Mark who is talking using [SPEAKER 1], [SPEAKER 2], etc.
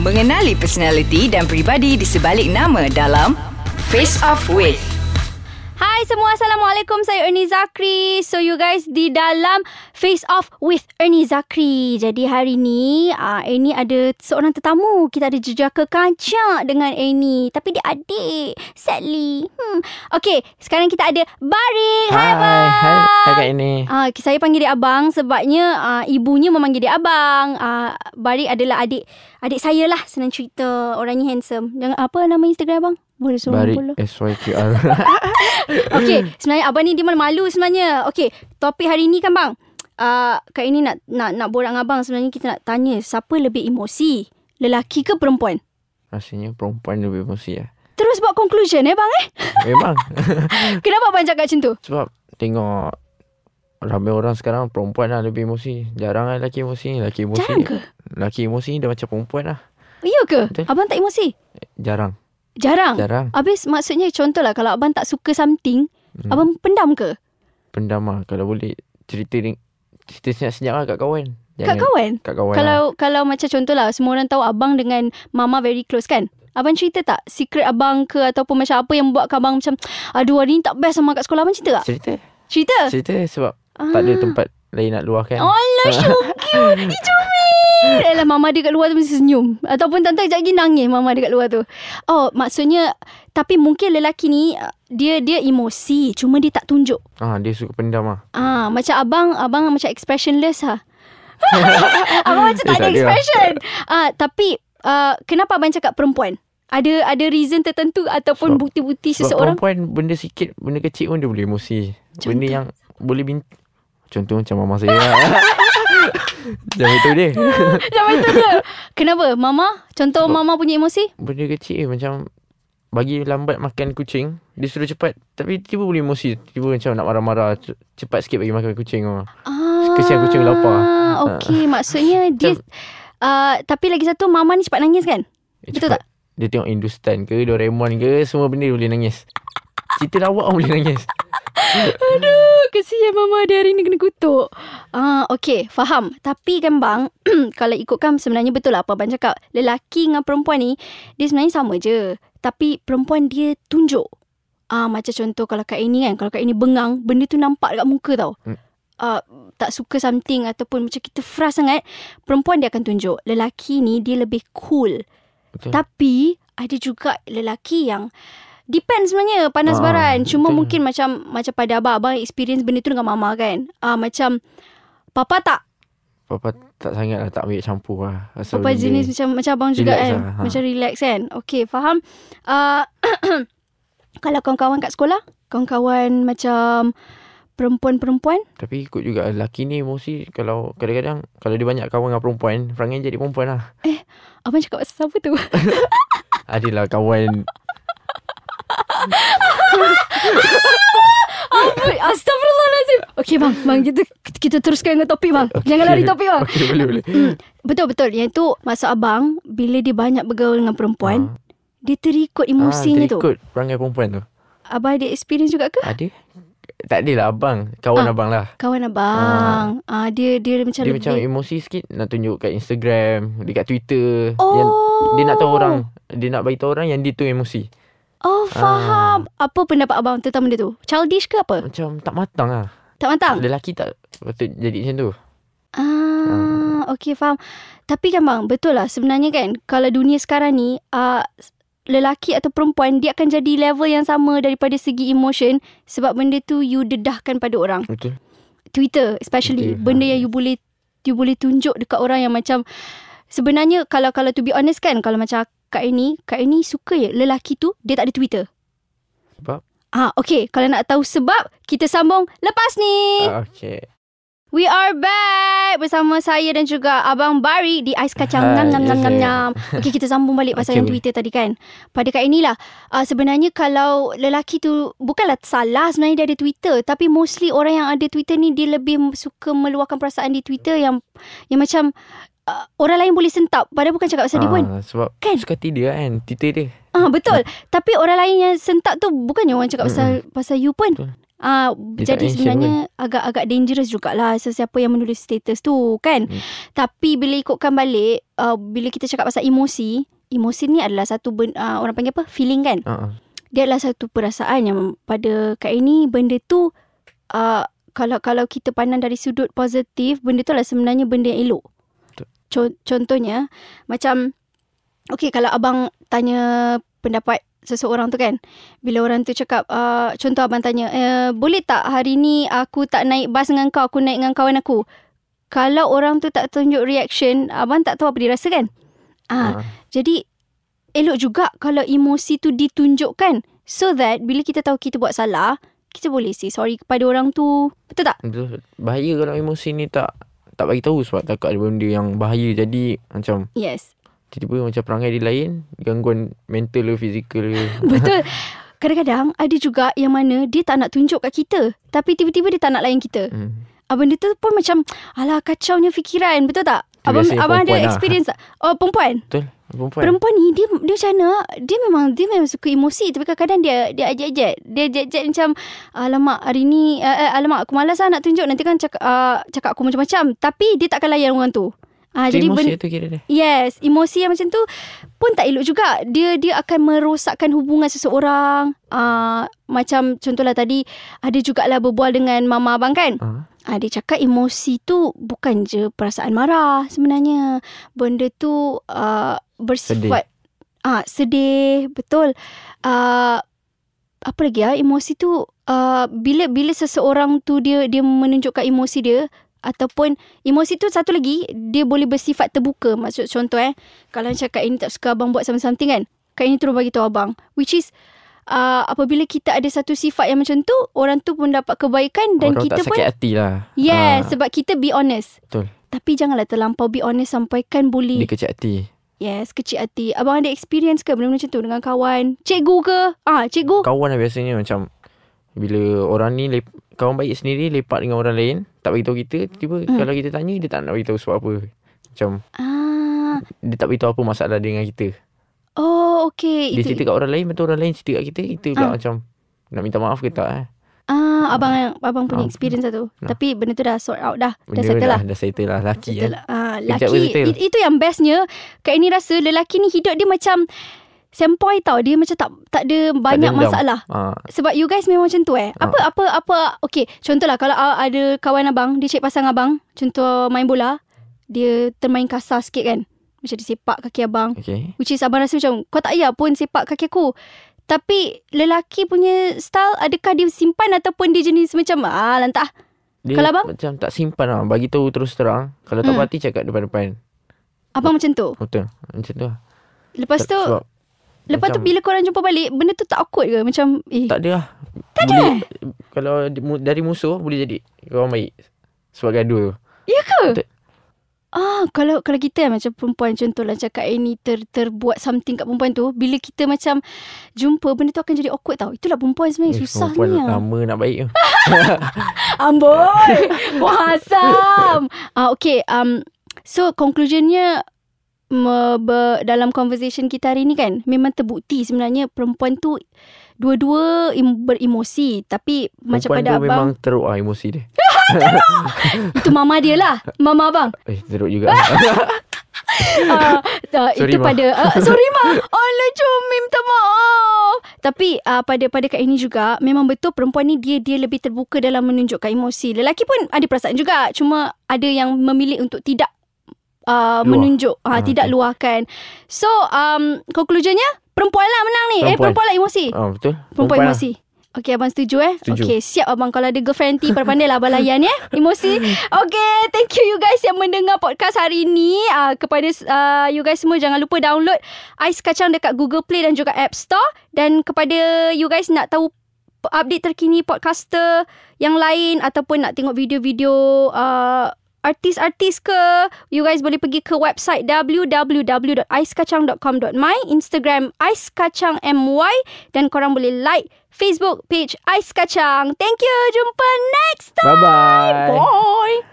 [SPEAKER 1] Mengenali personaliti dan peribadi di sebalik nama dalam Face Off With.
[SPEAKER 2] Hai semua, Assalamualaikum. Saya Ernie Zakri. So you guys di dalam Face Off with Ernie Zakri. Jadi hari ni, uh, Ernie ada seorang tetamu. Kita ada jejaka kancak dengan Ernie. Tapi dia adik. Sadly. Hmm. Okay, sekarang kita ada Barik. Hai, Abang.
[SPEAKER 3] Hai, hai Kak ini.
[SPEAKER 2] Ah, saya panggil dia abang sebabnya ah, ibunya memanggil dia abang. Ah, Barik adalah adik adik saya lah senang cerita. Orangnya handsome. Jangan apa nama Instagram abang? Boleh suruh
[SPEAKER 3] Barik
[SPEAKER 2] follow.
[SPEAKER 3] SYQR.
[SPEAKER 2] Okey,
[SPEAKER 3] Hmm.
[SPEAKER 2] sebenarnya abang ni dia malu sebenarnya. Okey, topik hari ni kan bang. Ah, Kak ini nak nak nak borak dengan abang sebenarnya kita nak tanya siapa lebih emosi? Lelaki ke perempuan?
[SPEAKER 3] Rasanya perempuan lebih emosi ya.
[SPEAKER 2] Terus buat conclusion eh bang eh.
[SPEAKER 3] Memang. Hmm.
[SPEAKER 2] Kenapa abang cakap macam tu?
[SPEAKER 3] Sebab tengok ramai orang sekarang perempuan lah lebih emosi. Jarang lah lelaki emosi. Lelaki emosi.
[SPEAKER 2] Jarang ke?
[SPEAKER 3] Lelaki emosi dia macam perempuan lah.
[SPEAKER 2] Ya ke?
[SPEAKER 3] Betul.
[SPEAKER 2] Abang tak emosi?
[SPEAKER 3] Jarang.
[SPEAKER 2] Jarang.
[SPEAKER 3] Jarang.
[SPEAKER 2] Habis maksudnya contohlah kalau abang tak suka something,
[SPEAKER 3] Hmm.
[SPEAKER 2] abang pendam ke?
[SPEAKER 3] Pendam lah. Kalau boleh cerita ni. Cerita senyap-senyap lah kat kawan.
[SPEAKER 2] Kat kawan?
[SPEAKER 3] Kat kawan
[SPEAKER 2] Kalau
[SPEAKER 3] lah.
[SPEAKER 2] kalau macam contohlah semua orang tahu abang dengan mama very close kan? Abang cerita tak secret abang ke ataupun macam apa yang buat abang macam aduh hari ni tak best sama kat sekolah abang cerita tak?
[SPEAKER 3] Cerita.
[SPEAKER 2] Cerita?
[SPEAKER 3] Cerita sebab tak
[SPEAKER 2] Ah.
[SPEAKER 3] ada tempat lain nak luahkan.
[SPEAKER 2] Allah syukur Ih comel Alah mama dia kat luar tu mesti senyum Ataupun tante sekejap lagi nangis mama dia kat luar tu Oh maksudnya Tapi mungkin lelaki ni uh, Dia dia emosi Cuma dia tak tunjuk
[SPEAKER 3] Ah, dia suka pendam lah.
[SPEAKER 2] Ah, macam abang, abang macam expressionless lah. abang macam tak
[SPEAKER 3] Eh,
[SPEAKER 2] ada
[SPEAKER 3] tak ada.
[SPEAKER 2] expression. Ah, tapi uh, kenapa abang cakap perempuan? Ada ada reason tertentu ataupun
[SPEAKER 3] Sebab-
[SPEAKER 2] bukti-bukti
[SPEAKER 3] Sebab
[SPEAKER 2] seseorang?
[SPEAKER 3] perempuan benda sikit, benda kecil pun dia boleh emosi. Contoh. Benda yang boleh bin... Contoh macam mama saya lah. Macam itu dia.
[SPEAKER 2] Macam itu je. Kenapa? Mama? Contoh
[SPEAKER 3] Sebab-
[SPEAKER 2] mama punya emosi?
[SPEAKER 3] Benda kecil je macam bagi lambat makan kucing, dia suruh cepat. Tapi tiba boleh emosi. Tiba macam nak marah-marah. Ce- Cepat sikit bagi makan kucing. Oh.
[SPEAKER 2] Ah,
[SPEAKER 3] Kesian kucing lapar. Ah.
[SPEAKER 2] Okey, maksudnya dia... Uh, tapi lagi satu, mama ni cepat nangis kan?
[SPEAKER 3] Eh,
[SPEAKER 2] Betul
[SPEAKER 3] cepat. Dia tengok Hindustan ke, Doraemon ke, semua benda dia boleh nangis. Cerita lawak pun boleh nangis.
[SPEAKER 2] Aduh, Oh, kesian mama dia hari ni kena kutuk. Ah, okey, faham. Tapi kan bang, kalau ikutkan sebenarnya betul lah apa abang cakap. Lelaki dengan perempuan ni, dia sebenarnya sama je. Tapi perempuan dia tunjuk. Ah, macam contoh kalau kat ini kan, kalau kat ini bengang, benda tu nampak dekat muka tau.
[SPEAKER 3] Hmm.
[SPEAKER 2] Uh, tak suka something ataupun macam kita frust sangat perempuan dia akan tunjuk lelaki ni dia lebih cool
[SPEAKER 3] Betul.
[SPEAKER 2] tapi ada juga lelaki yang Depend sebenarnya panas
[SPEAKER 3] Ah,
[SPEAKER 2] baran. Cuma
[SPEAKER 3] betul.
[SPEAKER 2] mungkin macam macam pada abang abang experience benda tu dengan mama kan. Ah macam papa tak
[SPEAKER 3] Papa tak sangat lah, tak ambil campur lah. Asal
[SPEAKER 2] papa
[SPEAKER 3] benda-
[SPEAKER 2] jenis macam macam abang juga
[SPEAKER 3] relax
[SPEAKER 2] kan.
[SPEAKER 3] lah, ha.
[SPEAKER 2] Macam relax kan. Okey, faham. Ah kalau kawan-kawan kat sekolah, kawan-kawan macam perempuan-perempuan
[SPEAKER 3] Tapi ikut juga Lelaki ni emosi Kalau kadang-kadang Kalau dia banyak kawan dengan perempuan Perangai jadi perempuan lah
[SPEAKER 2] Abang cakap pasal siapa tu?
[SPEAKER 3] Adalah lah kawan
[SPEAKER 2] Astagfirullahalazim. Okey bang, bang kita kita teruskan dengan topik bang. Jangan lari topik lah. Hmm, bang.
[SPEAKER 3] Okay boleh boleh
[SPEAKER 2] Betul betul. Yang tu maksud abang bila dia banyak bergaul dengan perempuan, dia terikut emosinya tu.
[SPEAKER 3] Ah. Terikut perangai perempuan tu
[SPEAKER 2] Abang ada experience juga ke?
[SPEAKER 3] Ada Tak adalah abang Kawan
[SPEAKER 2] Ah,
[SPEAKER 3] abang lah
[SPEAKER 2] Kawan abang. Ah, dia dia macam
[SPEAKER 3] Dia
[SPEAKER 2] lebih.
[SPEAKER 3] macam emosi sikit Nak tunjuk kat Instagram Dekat Twitter
[SPEAKER 2] oh.
[SPEAKER 3] yang, Dia nak tahu orang Ah. Dia nak bagi tahu orang Yang dia tu emosi
[SPEAKER 2] Oh, faham. Apa pendapat abang tentang benda tu? Childish ke apa?
[SPEAKER 3] Macam tak matang lah
[SPEAKER 2] Tak mantang?
[SPEAKER 3] Lelaki tak Patut jadi macam tu
[SPEAKER 2] Ah, okey faham. Tapi kan bang, betul lah sebenarnya kan kalau dunia sekarang ni uh, lelaki atau perempuan dia akan jadi level yang sama daripada segi emotion sebab benda tu you dedahkan pada orang.
[SPEAKER 3] Betul
[SPEAKER 2] Twitter especially
[SPEAKER 3] Betul.
[SPEAKER 2] benda yang you boleh you boleh tunjuk dekat orang yang macam sebenarnya kalau kalau to be honest kan kalau macam Kak ini, Kak ini suka ya lelaki tu dia tak ada Twitter.
[SPEAKER 3] Sebab
[SPEAKER 2] Ah, okey. Kalau nak tahu sebab, kita sambung lepas ni.
[SPEAKER 3] ah, Okay
[SPEAKER 2] We are back bersama saya dan juga Abang Bari di Ais Kacang Nyam
[SPEAKER 3] Hai,
[SPEAKER 2] Nyam Nyam Nyam
[SPEAKER 3] yes, yes.
[SPEAKER 2] Nyam. Okey, kita sambung balik pasal
[SPEAKER 3] Okay,
[SPEAKER 2] yang
[SPEAKER 3] boleh.
[SPEAKER 2] Twitter tadi kan. Pada kat inilah, uh, sebenarnya kalau lelaki tu, bukanlah salah sebenarnya dia ada Twitter. Tapi mostly orang yang ada Twitter ni, dia lebih suka meluahkan perasaan di Twitter yang yang macam uh, orang lain boleh sentap. Padahal bukan cakap pasal dia pun.
[SPEAKER 3] Ah, Sebab
[SPEAKER 2] Kan?
[SPEAKER 3] kan? suka dia kan Twitter dia
[SPEAKER 2] Ah, betul. Tapi orang lain yang sentak tu bukannya orang cakap pasal pasal you pun.
[SPEAKER 3] Betul.
[SPEAKER 2] Uh,
[SPEAKER 3] Dia
[SPEAKER 2] jadi
[SPEAKER 3] tak mention
[SPEAKER 2] sebenarnya agak-agag dangerous jugalah so, siapa yang menulis status tu kan.
[SPEAKER 3] Hmm.
[SPEAKER 2] Hmm. Tapi bila ikutkan balik, uh, bila kita cakap pasal emosi, emosi ni adalah satu ben, uh, orang panggil apa? Feeling kan.
[SPEAKER 3] Ha. ah.
[SPEAKER 2] Dia adalah satu perasaan yang pada kat ini benda tu uh, kalau kalau kita pandang dari sudut positif, benda tu lah sebenarnya benda yang elok.
[SPEAKER 3] Betul.
[SPEAKER 2] Co- contohnya macam okay kalau abang tanya pendapat seseorang tu kan bila orang tu cakap uh, contoh abang tanya eh, boleh tak hari ni aku tak naik bas dengan kau aku naik dengan kawan aku kalau orang tu tak tunjuk reaction abang tak tahu apa dia rasa kan ah
[SPEAKER 3] Ha.
[SPEAKER 2] jadi elok juga kalau emosi tu ditunjukkan so that bila kita tahu kita buat salah, kita boleh say sorry kepada orang tu. Betul tak?
[SPEAKER 3] Betul. Bahaya kalau emosi ni tak tak bagi tahu sebab takut ada benda yang bahaya jadi macam
[SPEAKER 2] Yes.
[SPEAKER 3] tiba-tiba macam perangai dia lain gangguan mental ke fizikal ke
[SPEAKER 2] Betul. Kadang-kadang ada juga yang mana dia tak nak tunjuk kat kita. Tapi tiba-tiba dia tak nak layan kita.
[SPEAKER 3] hmm.
[SPEAKER 2] Ah, Benda tu pun macam, alah kacaunya fikiran. Betul tak?
[SPEAKER 3] Tu
[SPEAKER 2] Abang,
[SPEAKER 3] biasanya
[SPEAKER 2] abang ada
[SPEAKER 3] perempuan lah.
[SPEAKER 2] experience tak? Oh, perempuan?
[SPEAKER 3] betul perempuan
[SPEAKER 2] Perempuan ni dia dia macam mana? Dia memang dia memang suka emosi tapi kadang-kadang dia dia ajak-ajak. Dia ajak-ajak macam alamak hari ni uh, alamak aku malas lah nak tunjuk nanti kan cakap uh, cakap aku macam-macam tapi dia takkan layan orang tu. Ah uh,
[SPEAKER 3] Itu
[SPEAKER 2] jadi
[SPEAKER 3] emosi
[SPEAKER 2] ben-
[SPEAKER 3] tu kira dia
[SPEAKER 2] yes, emosi yang macam tu pun tak elok juga. Dia dia akan merosakkan hubungan seseorang. Ah uh, macam contohlah tadi ada jugalah berbual dengan mama abang kan?
[SPEAKER 3] ha.
[SPEAKER 2] Ah, dia cakap emosi tu bukan je perasaan marah sebenarnya. Benda tu uh, bersifat ah sedih, betul. Uh, apa lagi ah emosi tu uh, bila bila seseorang tu dia dia menunjukkan emosi dia ataupun emosi tu satu lagi dia boleh bersifat terbuka. Maksud contoh eh kalau macam Kak ini tak suka abang buat something kan. Kak ini terus bagi tahu abang which is Uh, apabila kita ada satu sifat yang macam tu orang tu pun dapat kebaikan dan
[SPEAKER 3] orang
[SPEAKER 2] kita
[SPEAKER 3] tak
[SPEAKER 2] pun
[SPEAKER 3] sakit hati lah
[SPEAKER 2] Yes,
[SPEAKER 3] Ah.
[SPEAKER 2] sebab kita be honest.
[SPEAKER 3] Betul.
[SPEAKER 2] Tapi janganlah terlampau be honest sampaikan
[SPEAKER 3] dia
[SPEAKER 2] boleh.
[SPEAKER 3] kecil hati
[SPEAKER 2] yes, kecil hati. Abang ada experience ke benda macam tu dengan kawan? Cikgu ke? Ah, cikgu.
[SPEAKER 3] kawan lah biasanya macam bila orang ni lep, kawan baik sendiri lepak dengan orang lain tak beritahu kita tiba
[SPEAKER 2] Hmm.
[SPEAKER 3] hmm. kalau kita tanya dia tak nak beritahu sebab apa macam
[SPEAKER 2] ah.
[SPEAKER 3] dia tak beritahu apa masalah dia dengan kita
[SPEAKER 2] Oh, okay.
[SPEAKER 3] dia cerita kat orang lain betul orang lain cerita kat kita kita pula
[SPEAKER 2] Ah.
[SPEAKER 3] macam nak minta maaf ke tak eh
[SPEAKER 2] Ah, abang abang punya
[SPEAKER 3] Ah.
[SPEAKER 2] experience satu.
[SPEAKER 3] Nah.
[SPEAKER 2] Tapi benda tu dah sort out dah. Dah
[SPEAKER 3] Benda
[SPEAKER 2] settle lah.
[SPEAKER 3] dah settle lah laki
[SPEAKER 2] Settle
[SPEAKER 3] kan
[SPEAKER 2] lah. Ah,
[SPEAKER 3] Sekejap
[SPEAKER 2] laki
[SPEAKER 3] pun settle.
[SPEAKER 2] it, itu yang bestnya. Kak ini rasa lelaki ni hidup dia macam sempoi tau. Dia macam tak tak ada banyak
[SPEAKER 3] dendam.
[SPEAKER 2] masalah.
[SPEAKER 3] ha,
[SPEAKER 2] Sebab you guys memang macam tu eh.
[SPEAKER 3] Ah.
[SPEAKER 2] Apa apa apa okey, contohlah kalau uh, ada kawan abang, dia cek pasang abang, contoh main bola, dia termain kasar sikit kan. Macam dia sepak kaki abang.
[SPEAKER 3] okay
[SPEAKER 2] Which is abang rasa macam kau tak payah pun sepak kaki aku. Tapi lelaki punya style adakah dia simpan ataupun dia jenis macam ah lantah.
[SPEAKER 3] dia
[SPEAKER 2] Kalau abang?
[SPEAKER 3] macam tak simpan lah bagi tahu terus terang kalau tak
[SPEAKER 2] Hmm.
[SPEAKER 3] berhati cakap depan-depan
[SPEAKER 2] Abang macam tu.
[SPEAKER 3] betul macam tu lah
[SPEAKER 2] Lepas tu
[SPEAKER 3] sebab
[SPEAKER 2] lepas tu
[SPEAKER 3] macam-
[SPEAKER 2] bila korang jumpa balik, benda tu tak awkward ke macam eh
[SPEAKER 3] tak ada lah tak boleh, ada kalau di- mu- dari musuh boleh jadi kawan baik sebab gaduh tu
[SPEAKER 2] Ah, kalau kalau kita yang macam perempuan contohlah cakap ini ter, terbuat something kat perempuan tu, bila kita macam jumpa benda tu akan jadi awkward tau. Itulah perempuan sebenarnya
[SPEAKER 3] Eh,
[SPEAKER 2] susah
[SPEAKER 3] perempuan
[SPEAKER 2] ni. ah.
[SPEAKER 3] Lama nak baik tu
[SPEAKER 2] Amboi. Wah, asam. Ah, okay. Um, so conclusionnya me, ber, dalam conversation kita hari ni kan memang terbukti sebenarnya perempuan tu dua-dua im, beremosi tapi macam pada
[SPEAKER 3] Perempuan tu
[SPEAKER 2] abang
[SPEAKER 3] memang teruk lah emosi dia
[SPEAKER 2] itu mama dia lah mama abang
[SPEAKER 3] Eh teruk juga
[SPEAKER 2] uh, uh,
[SPEAKER 3] Sorry,
[SPEAKER 2] itu
[SPEAKER 3] Ma.
[SPEAKER 2] pada uh, sorry ma Allah cumi minta maaf tapi uh, pada pada Kak ini juga memang betul perempuan ni dia dia lebih terbuka dalam menunjukkan emosi lelaki pun ada perasaan juga cuma ada yang memilih untuk tidak uh,
[SPEAKER 3] Luah.
[SPEAKER 2] menunjuk uh,
[SPEAKER 3] Ah,
[SPEAKER 2] tidak
[SPEAKER 3] okay.
[SPEAKER 2] luahkan so um, conclusionnya perempuan lah menang ni eh
[SPEAKER 3] Perempuan.
[SPEAKER 2] perempuan lah emosi
[SPEAKER 3] ah, Betul
[SPEAKER 2] perempuan
[SPEAKER 3] lah.
[SPEAKER 2] emosi Okey abang setuju eh
[SPEAKER 3] Setuju.
[SPEAKER 2] Okey siap abang Kalau ada girlfriend nanti Pandai-pandai lah abang layan eh Emosi Okey thank you you guys Yang mendengar podcast hari ni uh, Kepada uh, you guys semua Jangan lupa download Ais Kacang dekat Google Play Dan juga App Store Dan kepada you guys Nak tahu p- update terkini podcaster yang lain ataupun nak tengok video-video uh, artis-artis ke you guys boleh pergi ke website www.aiskacang.com.my Instagram aiskacangmy dan korang boleh like Facebook page Ais Kacang. Thank you. Jumpa next time.
[SPEAKER 3] lah. Bye-bye
[SPEAKER 2] Bye.